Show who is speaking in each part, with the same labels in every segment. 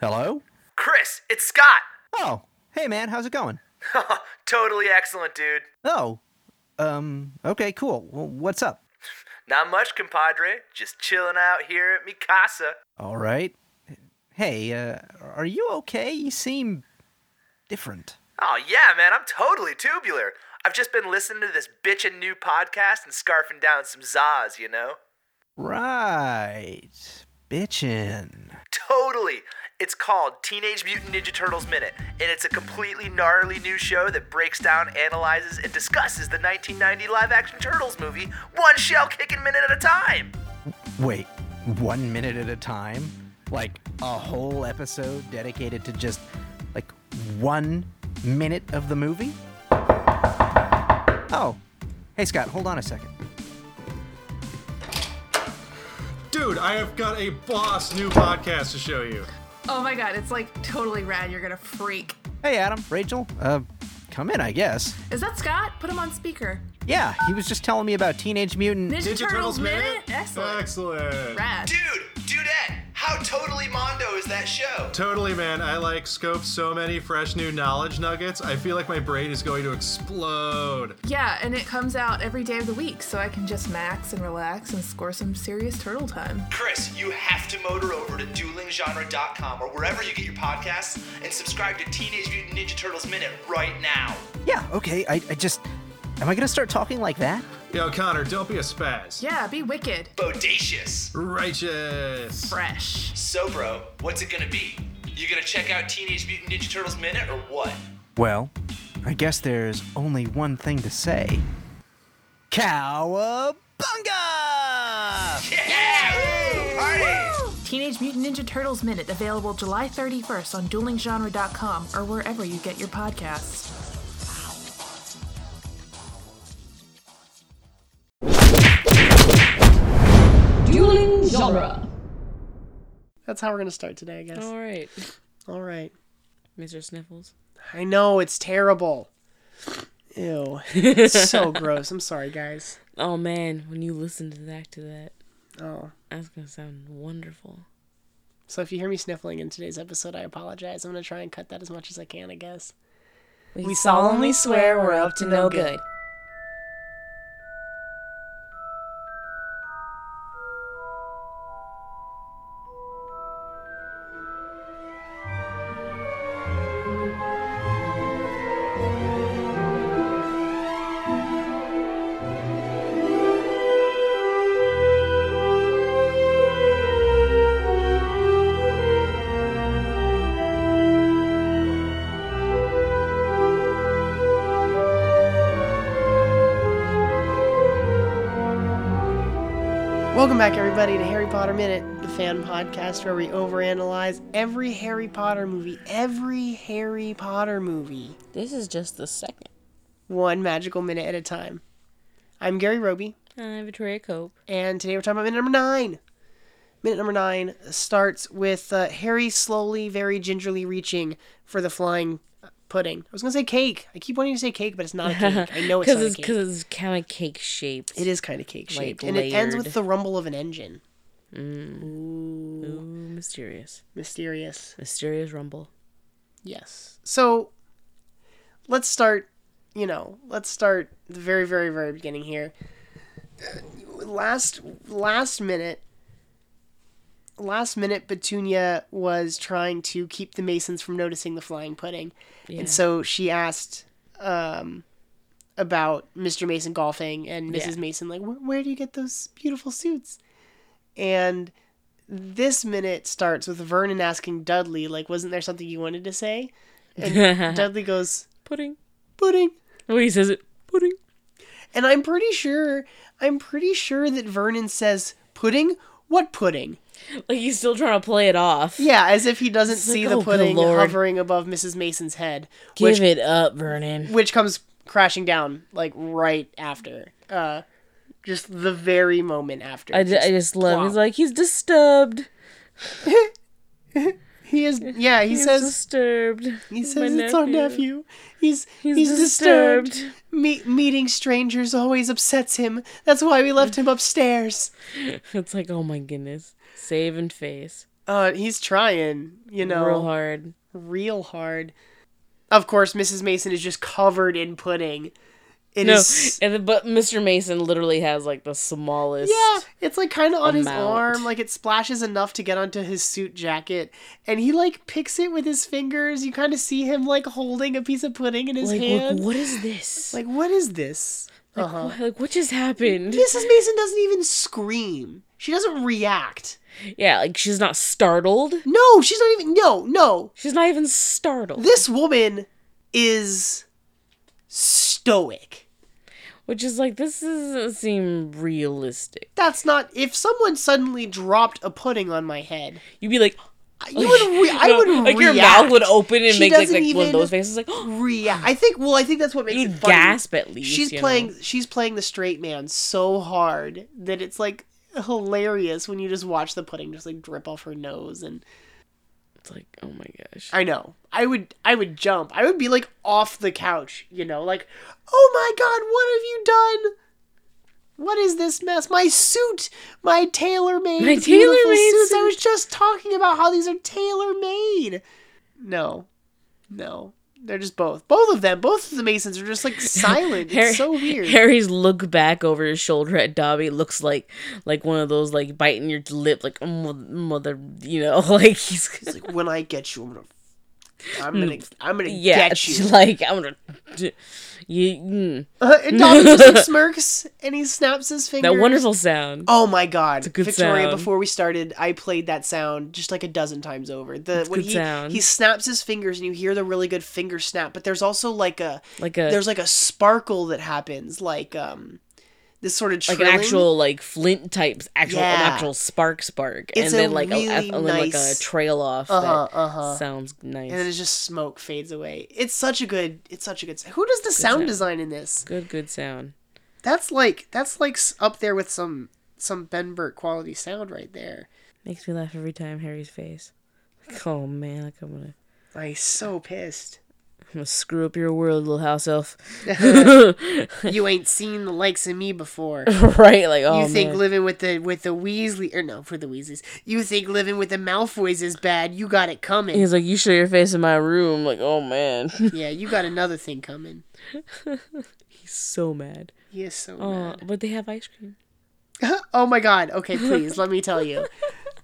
Speaker 1: Hello?
Speaker 2: Chris, it's Scott.
Speaker 1: Oh, hey man, how's it going?
Speaker 2: totally excellent, dude.
Speaker 1: Oh, um, okay, cool. Well, what's up?
Speaker 2: Not much, compadre. Just chilling out here at Mikasa.
Speaker 1: All right. Hey, uh, are you okay? You seem different.
Speaker 2: Oh, yeah, man, I'm totally tubular. I've just been listening to this bitchin' new podcast and scarfing down some Zaz, you know?
Speaker 1: Right. Bitchin'.
Speaker 2: Totally. It's called Teenage Mutant Ninja Turtles Minute, and it's a completely gnarly new show that breaks down, analyzes, and discusses the 1990 live action Turtles movie, one shell kicking minute at a time.
Speaker 1: Wait, one minute at a time? Like a whole episode dedicated to just like one minute of the movie? Oh, hey Scott, hold on a second.
Speaker 3: Dude, I have got a boss new podcast to show you.
Speaker 4: Oh my god, it's like totally rad. You're gonna freak.
Speaker 1: Hey Adam, Rachel, uh, come in, I guess.
Speaker 4: Is that Scott? Put him on speaker.
Speaker 1: Yeah, he was just telling me about Teenage Mutant.
Speaker 4: Ninja, Turtles, minute? Excellent.
Speaker 3: Excellent.
Speaker 4: Rad.
Speaker 2: Dude, dudette, how totally Mondo is that show?
Speaker 3: Totally, man. I like scoped so many fresh new knowledge nuggets. I feel like my brain is going to explode.
Speaker 4: Yeah, and it comes out every day of the week, so I can just max and relax and score some serious turtle time.
Speaker 2: Chris, you have to motor over to duelinggenre.com or wherever you get your podcasts and subscribe to Teenage Mutant Ninja Turtles Minute right now.
Speaker 1: Yeah, okay, I, I just. Am I gonna start talking like that?
Speaker 3: Yo, Connor, don't be a spaz.
Speaker 4: Yeah, be wicked.
Speaker 2: Bodacious.
Speaker 3: Righteous.
Speaker 4: Fresh.
Speaker 2: So, bro, what's it gonna be? You gonna check out Teenage Mutant Ninja Turtles Minute or what?
Speaker 1: Well, I guess there's only one thing to say Cowabunga!
Speaker 2: Yeah! Ooh, party!
Speaker 4: Teenage Mutant Ninja Turtles Minute available July 31st on duelinggenre.com or wherever you get your podcasts.
Speaker 5: Dueling genre.
Speaker 6: That's how we're gonna start today, I guess.
Speaker 7: All right,
Speaker 6: All right.
Speaker 7: Mr. Sniffles.
Speaker 6: I know it's terrible. Ew, it's so gross. I'm sorry, guys.
Speaker 7: Oh man, when you listen to that to that,
Speaker 6: Oh,
Speaker 7: that's gonna sound wonderful.
Speaker 6: so if you hear me sniffling in today's episode, I apologize. I'm gonna try and cut that as much as I can, I guess. We solemnly swear we're up to no good. Welcome back, everybody, to Harry Potter Minute, the fan podcast where we overanalyze every Harry Potter movie, every Harry Potter movie,
Speaker 7: This is just the second.
Speaker 6: one magical minute at a time. I'm Gary Roby,
Speaker 7: I Victoria Cope.
Speaker 6: And today we're talking about minute number nine. Minute number nine starts with uh, Harry slowly, very gingerly reaching for the flying pudding. I was gonna say cake. I keep wanting to say cake, but it's not a cake. I know it's
Speaker 7: Because
Speaker 6: not
Speaker 7: it's
Speaker 6: a cake.
Speaker 7: because it's kind of cake shaped.
Speaker 6: It is kind of cake shaped,
Speaker 7: like,
Speaker 6: and it ends with
Speaker 7: layered.
Speaker 6: the rumble of an engine.
Speaker 7: Ooh, mysterious,
Speaker 6: Mysterious.
Speaker 7: mysterious rumble.
Speaker 6: Yes. So, let's start. You know, let's start the very, very, very beginning here. Uh, Last, last minute. Last minute, Petunia was trying to keep the Masons from noticing the flying pudding,
Speaker 7: Yeah.
Speaker 6: and so she asked um, about Mr. Mason golfing, and Mrs.
Speaker 7: Yeah.
Speaker 6: Mason like, where, where do you get those beautiful suits? And this minute starts with Vernon asking Dudley, like, wasn't there something you wanted to say?
Speaker 7: Uh-huh.
Speaker 6: And Dudley goes,
Speaker 7: pudding.
Speaker 6: pudding.
Speaker 7: Oh, he says it. Pudding.
Speaker 6: And I'm pretty sure, I'm pretty sure that Vernon says, pudding? What pudding?
Speaker 7: Like he's still trying to play it off.
Speaker 6: Yeah, as if he doesn't
Speaker 7: like,
Speaker 6: see
Speaker 7: "Oh,
Speaker 6: the
Speaker 7: good
Speaker 6: pudding
Speaker 7: lord."
Speaker 6: hovering above Mrs. Mason's head,
Speaker 7: Give
Speaker 6: which,
Speaker 7: it up, Vernon.
Speaker 6: which comes crashing down, like, right after. Uh, just the very moment after.
Speaker 7: I, ju- I just love.
Speaker 6: plop.
Speaker 7: He's like he's disturbed.
Speaker 6: he is, yeah, he
Speaker 7: He's
Speaker 6: says,
Speaker 7: disturbed.
Speaker 6: He
Speaker 7: My
Speaker 6: says it's our nephew. He's he's,
Speaker 7: He's
Speaker 6: disturbed.
Speaker 7: disturbed.
Speaker 6: Me- meeting strangers always upsets him. That's why we left him upstairs.
Speaker 7: It's like oh my goodness, save and face.
Speaker 6: Uh, he's trying, you know,
Speaker 7: Real hard.
Speaker 6: real hard. Of course, Mrs. Mason is just covered in pudding. It
Speaker 7: No,
Speaker 6: is-
Speaker 7: and the, but Mr. Mason literally has like the smallest.
Speaker 6: yeah, it's like kind of on his
Speaker 7: amount.
Speaker 6: arm, like it splashes enough to get onto his suit jacket, and he like picks it with his fingers. You kind of see him like holding a piece of pudding in his
Speaker 7: Like, like,
Speaker 6: hand.
Speaker 7: what is this?
Speaker 6: like, uh-huh. what is this?
Speaker 7: Like, what, like, what just happened?
Speaker 6: Mrs. Mason doesn't even scream. She doesn't react.
Speaker 7: Yeah, like she's not startled.
Speaker 6: No, she's not even. No, no.
Speaker 7: She's not even startled,
Speaker 6: This woman is stoic.
Speaker 7: which is like this doesn't seem realistic.
Speaker 6: That's not. If someone suddenly dropped a pudding on my head,
Speaker 7: You'd be like,
Speaker 6: you would. Re- I
Speaker 7: no,
Speaker 6: would
Speaker 7: like
Speaker 6: react.
Speaker 7: your mouth would open and
Speaker 6: She
Speaker 7: make like,
Speaker 6: doesn't
Speaker 7: like
Speaker 6: even
Speaker 7: one of those faces, like
Speaker 6: react. I think. Well, I think that's what makes
Speaker 7: you'd
Speaker 6: it funny.
Speaker 7: gasp at least.
Speaker 6: She's
Speaker 7: you know?
Speaker 6: playing. She's playing the straight man so hard that it's like hilarious when you just watch the pudding just like drip off her nose and
Speaker 7: It's like, oh my gosh.
Speaker 6: I know. I would I would jump. I would be like off the couch, you know, like, "Oh my god, what have you done? What is this mess? My suit, my tailor-made
Speaker 7: My
Speaker 6: beautiful
Speaker 7: tailor-made
Speaker 6: suits. I
Speaker 7: suit."
Speaker 6: was just talking about how these are tailor-made." No. No. They're just both. Both of them, both of the Masons are just like silent.
Speaker 7: Harry-
Speaker 6: it's so weird.
Speaker 7: Harry's look back over his shoulder at Dobby looks like like one of those like biting your lip like "Mm, mother you know like he's
Speaker 6: It's like, "When I get you, I'm going to I'm going to
Speaker 7: Mm.
Speaker 6: I'm going to
Speaker 7: yeah
Speaker 6: get you." Uh,
Speaker 7: it's like I'm gonna d- you mm,
Speaker 6: and Dobby just like smirks and he snaps his fingers.
Speaker 7: that wonderful sound
Speaker 6: Oh my god.
Speaker 7: a good
Speaker 6: Victoria,
Speaker 7: sound.
Speaker 6: before we started, I played that sound just like a dozen times over. The when
Speaker 7: good
Speaker 6: he
Speaker 7: sound.
Speaker 6: he snaps his fingers and you hear the really good finger snap, but there's also like a
Speaker 7: like a
Speaker 6: there's like a sparkle that happens, like um this sort of
Speaker 7: like
Speaker 6: trilling.
Speaker 7: an actual like flint type actual
Speaker 6: Yeah.
Speaker 7: an actual spark spark
Speaker 6: It's a
Speaker 7: and then like a,
Speaker 6: really
Speaker 7: and then, like a
Speaker 6: nice-
Speaker 7: trail off
Speaker 6: Uh-huh,
Speaker 7: that
Speaker 6: uh-huh.
Speaker 7: sounds nice
Speaker 6: and then it's just smoke fades away. It's such a good it's such a good who does the sound
Speaker 7: sound.
Speaker 6: design in this?
Speaker 7: good good sound
Speaker 6: That's like that's like s- up there with some some Ben Burt quality sound right there.
Speaker 7: makes me laugh every time Harry's face like oh man like I'm gonna
Speaker 6: I'm so pissed.
Speaker 7: I'm gonna screw up your world little house elf
Speaker 6: You ain't seen the likes of me before.
Speaker 7: right? Like, oh,
Speaker 6: you think
Speaker 7: man.
Speaker 6: living with the with the Weasley or no for the Weasleys? You think living with the Malfoys is bad? You got it coming.
Speaker 7: He's like, you show your face in my room. Like, oh man,
Speaker 6: yeah, you got another thing coming.
Speaker 7: he's so mad.
Speaker 6: He is so
Speaker 7: Oh, but they have ice cream.
Speaker 6: mad. Oh my god. Okay, please let me tell you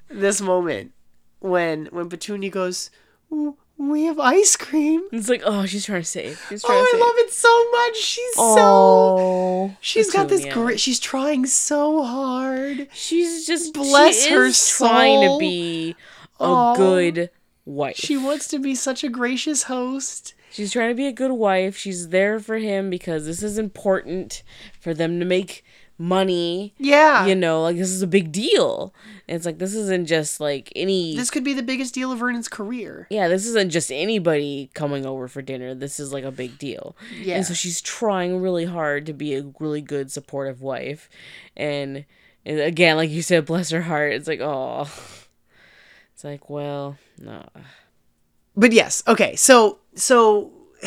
Speaker 6: this moment when when Petunia goes, "W- "We have ice cream."
Speaker 7: It's like, oh, she's trying to save. She's
Speaker 6: Oh,
Speaker 7: trying to
Speaker 6: I
Speaker 7: save.
Speaker 6: love it so much. She's so.
Speaker 7: Oh,
Speaker 6: She's got this
Speaker 7: Petunia.
Speaker 6: grit. She's trying so hard.
Speaker 7: She's just
Speaker 6: Bless
Speaker 7: she
Speaker 6: her
Speaker 7: is trying
Speaker 6: soul.
Speaker 7: to be a
Speaker 6: Aw.
Speaker 7: good wife.
Speaker 6: She wants to be such a gracious host.
Speaker 7: She's trying to be a good wife. She's there for him because this is important for them to make money.
Speaker 6: Yeah.
Speaker 7: You know, like this is a big deal. And it's like this isn't just like any
Speaker 6: This could be the biggest deal of Vernon's career.
Speaker 7: yeah, this isn't just anybody coming over for dinner. This is like a big deal.
Speaker 6: Yeah.
Speaker 7: And so she's trying really hard to be a really good supportive wife. And, and again, like you said, bless her heart. It's like, oh. It's like, well, no.
Speaker 6: But yes, okay. So so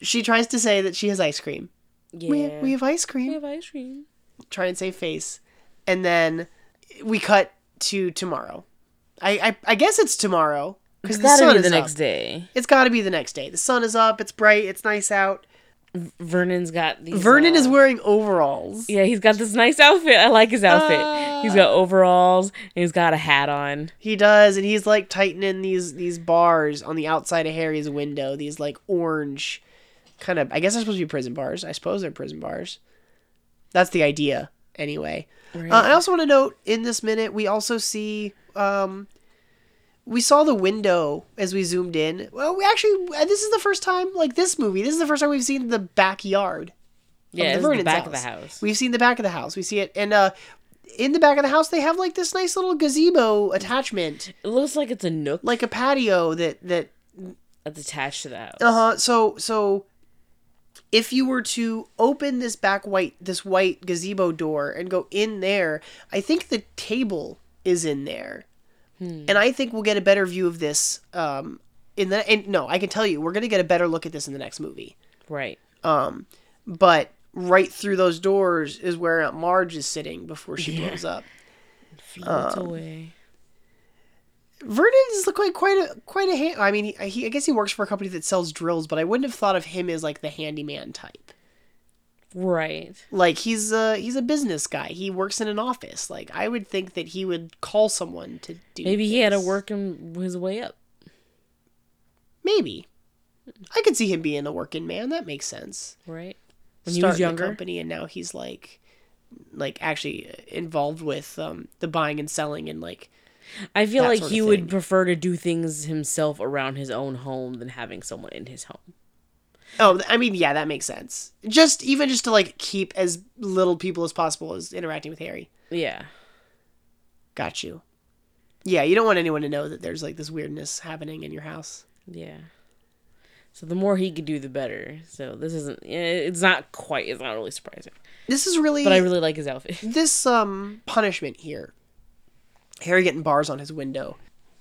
Speaker 6: she tries to say that she has ice cream.
Speaker 7: Yeah.
Speaker 6: We, we have ice cream.
Speaker 7: We have ice cream.
Speaker 6: Try and save face, and then we cut to tomorrow. I I, I guess it's tomorrow because
Speaker 7: It's
Speaker 6: the sun
Speaker 7: gotta be
Speaker 6: is
Speaker 7: the
Speaker 6: up.
Speaker 7: next day.
Speaker 6: It's got to be the next day. The sun is up. It's bright. It's nice out.
Speaker 7: Vernon's got these.
Speaker 6: Vernon
Speaker 7: uh,
Speaker 6: is wearing overalls.
Speaker 7: Yeah, he's got this nice outfit. I like his outfit. he's
Speaker 6: Ah.
Speaker 7: got overalls and he's got a hat on.
Speaker 6: He does, and he's like tightening these these bars on the outside of Harry's window. These like orange, kind of. I guess they're supposed to be prison bars. I suppose they're prison bars. That's the idea, anyway. Uh, I also want to note in this minute we also see um, we saw the window as we zoomed in. Well, we actually uh, this is the first time like this movie. This is the first time we've seen the backyard of
Speaker 7: Yeah, this
Speaker 6: the
Speaker 7: is
Speaker 6: Vernon's
Speaker 7: the back
Speaker 6: house.
Speaker 7: of the house.
Speaker 6: We've seen the back of the house. We see it, and uh, in the back of the house they have like this nice little gazebo attachment
Speaker 7: It looks like it's a nook
Speaker 6: like a patio that that
Speaker 7: that's attached to the house.
Speaker 6: uh huh so so if you were to open this back white this white gazebo door and go in there i think the table is in there and i think we'll get a better view of this um in the and no i can tell you we're gonna get a better look at this in the next movie
Speaker 7: Right.
Speaker 6: but right through those doors is where aunt marge is sitting before she blows up
Speaker 7: Floats away.
Speaker 6: Vernon's like quite quite a quite a hand. I mean, he, he I guess he works for a company that sells drills, but I wouldn't have thought of him as like the handyman type.
Speaker 7: Right.
Speaker 6: Like he's a he's a business guy. He works in an office. Like I would think that he would call someone to do.
Speaker 7: Maybe he had to
Speaker 6: this.
Speaker 7: work him his way up.
Speaker 6: Maybe I could see him being a working man. That makes sense.
Speaker 7: Right. When
Speaker 6: Starting
Speaker 7: he was
Speaker 6: a
Speaker 7: younger.
Speaker 6: company, and now he's like, like actually involved with um the buying and selling and like
Speaker 7: I feel
Speaker 6: that
Speaker 7: like
Speaker 6: sort
Speaker 7: he
Speaker 6: of
Speaker 7: would
Speaker 6: thing.
Speaker 7: prefer to do things himself around his own home than having someone in his home.
Speaker 6: Oh, th- I mean, yeah, that makes sense. Just even just to like keep as little people as possible as interacting with Harry.
Speaker 7: Yeah.
Speaker 6: Got you. Yeah, you don't want anyone to know that there's like this weirdness happening in your house.
Speaker 7: Yeah. So the more he could do, the better. So this isn't. eh, It's not quite. It's not really surprising.
Speaker 6: This is really,
Speaker 7: But I really like his outfit.
Speaker 6: this um punishment here. Harry getting bars on his window.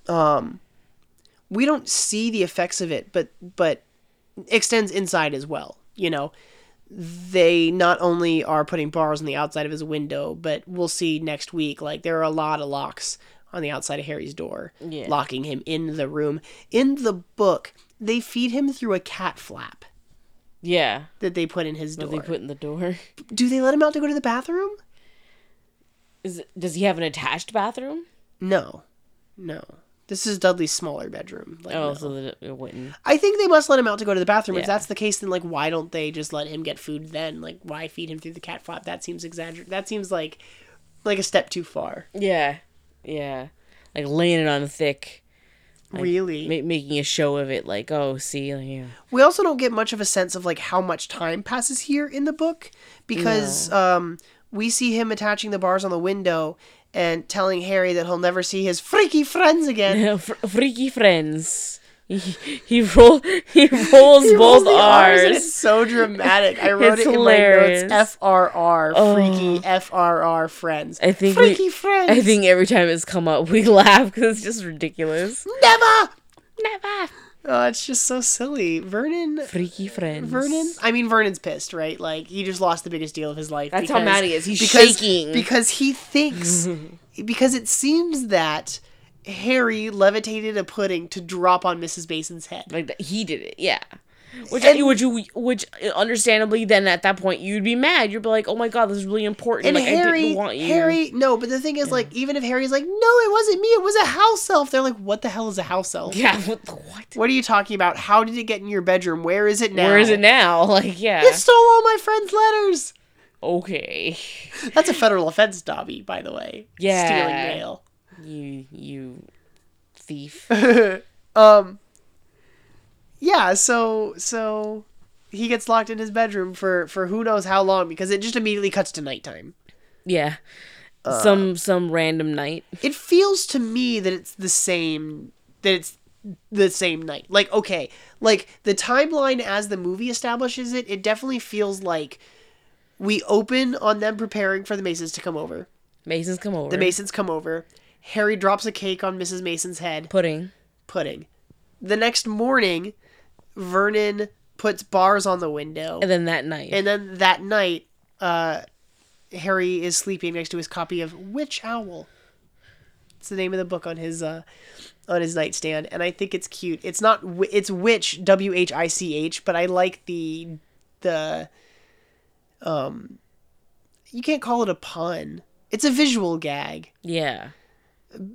Speaker 6: Um, we don't see the effects of it, but but extends inside as well. You know, they not only are putting bars on the outside of his window, but we'll see next week. Like there are a lot of locks on the outside of Harry's door,
Speaker 7: Yeah.
Speaker 6: locking him in the room. In the book, they feed him through a cat flap
Speaker 7: Yeah.
Speaker 6: that they put in his door.
Speaker 7: What they put in the door.
Speaker 6: Do they let him out to go to the bathroom?
Speaker 7: Is it, does he have an attached bathroom?
Speaker 6: No, no. This is Dudley's smaller bedroom. Like,
Speaker 7: Oh,
Speaker 6: no.
Speaker 7: so that it wouldn't.
Speaker 6: I think they must let him out to go to the bathroom. If
Speaker 7: Yeah.
Speaker 6: that's the case, then like, why don't they just let him get food then? Like, why feed him through the cat flap? That seems exaggerated. That seems like like a step too far.
Speaker 7: Yeah. Yeah. Like laying it on thick,
Speaker 6: really.
Speaker 7: ma- making a show of it. Like, oh, see, like, yeah.
Speaker 6: We also don't get much of a sense of like how much time passes here in the book because um, we see him attaching the bars on the window and telling Harry that he'll never see his freaky friends again.
Speaker 7: Fr- freaky friends. He, he roll he rolls
Speaker 6: He rolls
Speaker 7: both
Speaker 6: the Rs and It's
Speaker 7: R's.
Speaker 6: so dramatic. I wrote
Speaker 7: It's
Speaker 6: it in
Speaker 7: hilarious. Oh.
Speaker 6: my notes. FRR, freaky FRR friends.
Speaker 7: I think we-
Speaker 6: freaky friends.
Speaker 7: I think every time it's come up, we laugh because it's just ridiculous.
Speaker 6: never.
Speaker 7: Never
Speaker 6: Oh, it's just so silly. Vernon.
Speaker 7: freaky friends.
Speaker 6: Vernon. I mean, Vernon's pissed, right? Like he just lost the biggest deal of his life.
Speaker 7: That's how mad he is. He's
Speaker 6: because,
Speaker 7: shaking.
Speaker 6: because he thinks because it seems that Harry levitated a pudding to drop on Mrs. Mason's head.
Speaker 7: like that- he did it. Yeah. Which,
Speaker 6: And-
Speaker 7: which, you, which, uh, understandably, then at that point you'd be mad. You'd be like, "Oh my god, this is really important."
Speaker 6: And
Speaker 7: like, I
Speaker 6: Harry,
Speaker 7: didn't want you.
Speaker 6: Harry, no, but the thing is, like, even if Harry's like, no, it wasn't me, it was a house elf. They're like, what the hell is a house elf?
Speaker 7: yeah. What? The, what?
Speaker 6: What are you talking about? How did it get in your bedroom? Where is it now?
Speaker 7: Where is it now? Like, yeah.
Speaker 6: It stole all my friend's letters.
Speaker 7: okay.
Speaker 6: That's a federal offense, Dobby, by the way.
Speaker 7: Yeah.
Speaker 6: Stealing mail.
Speaker 7: You, you, thief.
Speaker 6: Um Yeah, so so he gets locked in his bedroom for for who knows how long because it just immediately cuts to nighttime.
Speaker 7: Yeah.
Speaker 6: Uh,
Speaker 7: some some random night.
Speaker 6: It feels to me that it's the same that it's the same night. Like okay, like the timeline as the movie establishes it, it definitely feels like we open on them preparing for the Masons to come over.
Speaker 7: Mason's come over.
Speaker 6: The Masons come over. Harry drops a cake on Mrs. Mason's head.
Speaker 7: pudding.
Speaker 6: pudding. The next morning, Vernon puts bars on the window,
Speaker 7: And then that night.
Speaker 6: and then that night, uh, Harry is sleeping next to his copy of Witch Owl. It's the name of the book on his uh, on his nightstand, and I think it's cute. It's not wi- it's witch W H I C H, but I like the the um. You can't call it a pun. It's a visual gag
Speaker 7: yeah.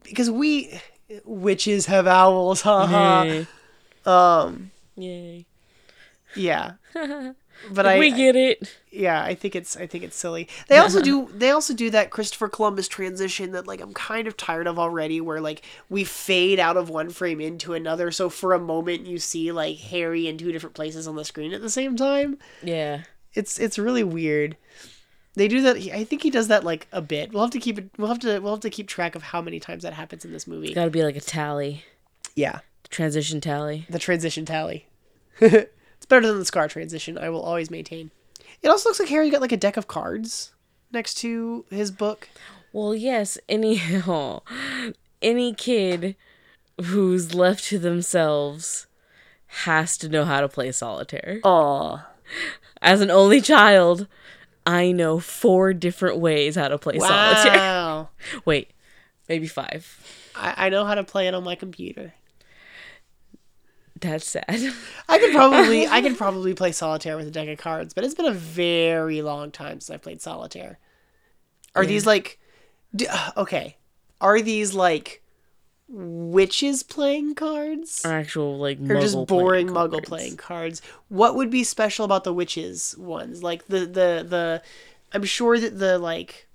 Speaker 6: because we witches have owls, haha.
Speaker 7: Yay.
Speaker 6: um,
Speaker 7: Yay.
Speaker 6: Yeah. But I,
Speaker 7: we get it.
Speaker 6: yeah, I think it's I think it's silly. They also do they also do that Christopher Columbus transition that like I'm kind of tired of already where like we fade out of one frame into another so for a moment you see like Harry in two different places on the screen at the same time.
Speaker 7: Yeah.
Speaker 6: It's it's really weird. They do that I think he does that like a bit. We'll have to keep it we'll have to we'll have to keep track of how many times that happens in this movie.
Speaker 7: Got to be like a tally.
Speaker 6: Yeah.
Speaker 7: Transition tally.
Speaker 6: the transition tally. it's better than the scar transition. I will always maintain. It also looks like Harry got like a deck of cards next to his book.
Speaker 7: Well, yes, any aw. any kid who's left to themselves has to know how to play solitaire.
Speaker 6: Aw.
Speaker 7: As an only child, I know
Speaker 6: Oh.
Speaker 7: four different ways how to play solitaire.
Speaker 6: Wow.
Speaker 7: Wait, maybe five.
Speaker 6: I, I know how to play it on my computer.
Speaker 7: That's sad.
Speaker 6: I could probably I could probably play solitaire with a deck of cards, but it's been a very long time since I played solitaire. Are these like d- okay? Are these like witches playing cards?
Speaker 7: Or actual like
Speaker 6: Or just
Speaker 7: muggle playing
Speaker 6: boring muggle
Speaker 7: cards.
Speaker 6: playing cards? What would be special about the witches ones? Like the the the I'm sure that the like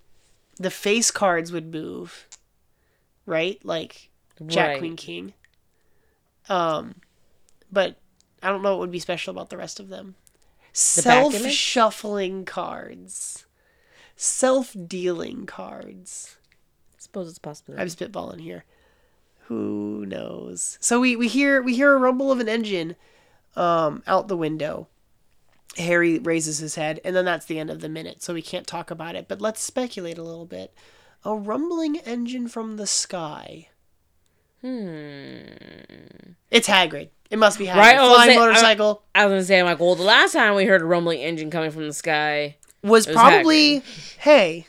Speaker 6: the face cards would move. Right? Like Jack
Speaker 7: Right.
Speaker 6: Queen King. Um but I don't know what would be special about the rest of them.
Speaker 7: back
Speaker 6: Self
Speaker 7: image?
Speaker 6: shuffling cards. Self dealing cards.
Speaker 7: suppose it's possible.
Speaker 6: I'm spitballing here. Who knows? So we, we hear we hear a rumble of an engine um out the window. Harry raises his head, and then that's the end of the minute, so we can't talk about it, but let's speculate a little bit. A rumbling engine from the sky. Hmm. It's Hagrid. It must be Hagrid.
Speaker 7: Right, I was
Speaker 6: Flying
Speaker 7: saying- I-
Speaker 6: motorcycle.
Speaker 7: I was gonna say, I'm like, well, the last time we heard a rumbling engine coming from the sky,
Speaker 6: was
Speaker 7: was
Speaker 6: probably hey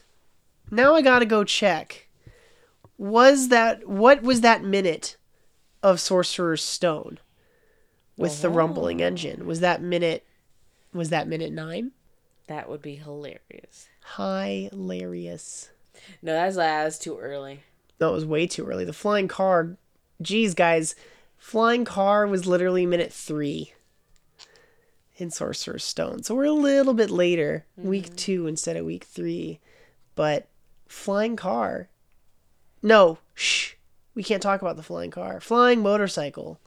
Speaker 6: now i gotta go check was that what was that minute of sorcerer's stone with the rumbling engine was that minute was that minute nine
Speaker 7: that would be hilarious.
Speaker 6: hilarious
Speaker 7: No, that's that's too early.
Speaker 6: that was way too early the flying car geez guys flying car was literally minute three in sorcerer's stone so we're a little bit later
Speaker 7: Mm-hmm.
Speaker 6: week two instead of week three but flying car no shh we can't talk about the flying car flying motorcycle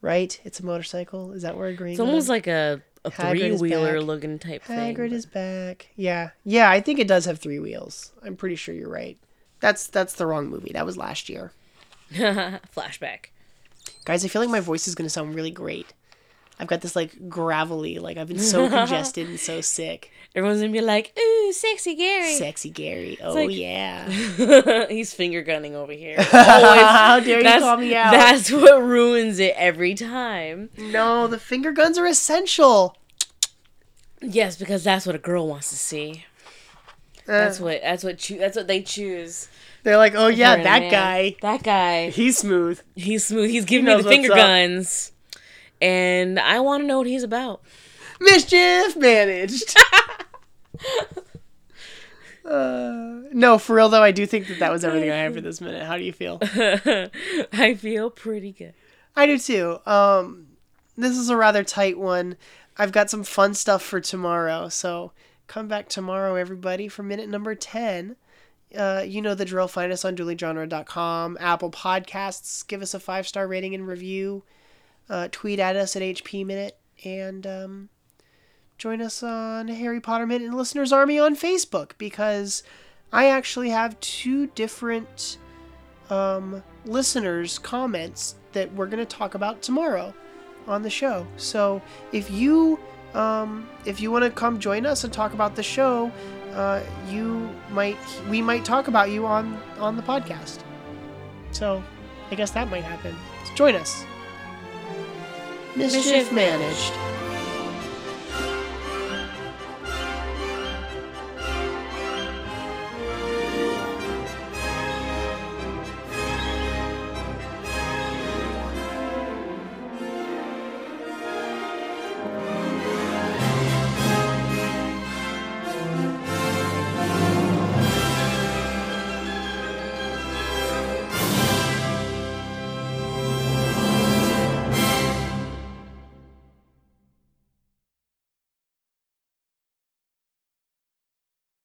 Speaker 6: right it's a motorcycle is that where agreeing
Speaker 7: It's almost
Speaker 6: on?
Speaker 7: like a, a
Speaker 6: Hagrid
Speaker 7: three
Speaker 6: is
Speaker 7: wheeler
Speaker 6: back.
Speaker 7: looking type thing.
Speaker 6: Hagrid is back. Yeah, yeah. I think it does have three wheels. I'm pretty sure you're right. That's that's the wrong movie. That was last year,
Speaker 7: Flashback.
Speaker 6: guys. I feel like my voice is gonna sound really great. I've got this like gravelly, like I've been so congested and so sick.
Speaker 7: Everyone's gonna be like, ooh, sexy Gary.
Speaker 6: Sexy Gary. Oh
Speaker 7: like-
Speaker 6: yeah.
Speaker 7: He's finger gunning over here. Always.
Speaker 6: How dare you
Speaker 7: That's,
Speaker 6: call me out?
Speaker 7: that's what ruins it every time.
Speaker 6: No, the finger guns are essential.
Speaker 7: Yes, because that's what a girl wants to see. That's what that's what choo- that's what they choose.
Speaker 6: They're like, oh Uh. yeah,
Speaker 7: for a
Speaker 6: that
Speaker 7: man.
Speaker 6: guy.
Speaker 7: That guy.
Speaker 6: He's smooth.
Speaker 7: He's smooth. He's giving me
Speaker 6: knows
Speaker 7: the finger
Speaker 6: what's up.
Speaker 7: guns. And I want to know what he's about.
Speaker 6: Mischief managed. Uh, no, for real though, I do think that that was everything I had for this minute. How do you feel?
Speaker 7: I feel pretty good.
Speaker 6: I do too. Um, this is a rather tight one. I've got some fun stuff for tomorrow, so come back tomorrow, everybody, for minute number ten. Uh, you know the drill. Find us on duelinggenre.com, Apple Podcasts. Give us a five star rating and review. Uh, tweet at us at HP Minute and um, join us on Harry Potter Minute and Listeners Army on Facebook because I actually have two different um, listeners' comments that we're going to talk about tomorrow on the show. So if you um, if you want to come join us and talk about the show, uh, you might we might talk about you on on the podcast. So I guess that might happen. So join us. Mischief managed.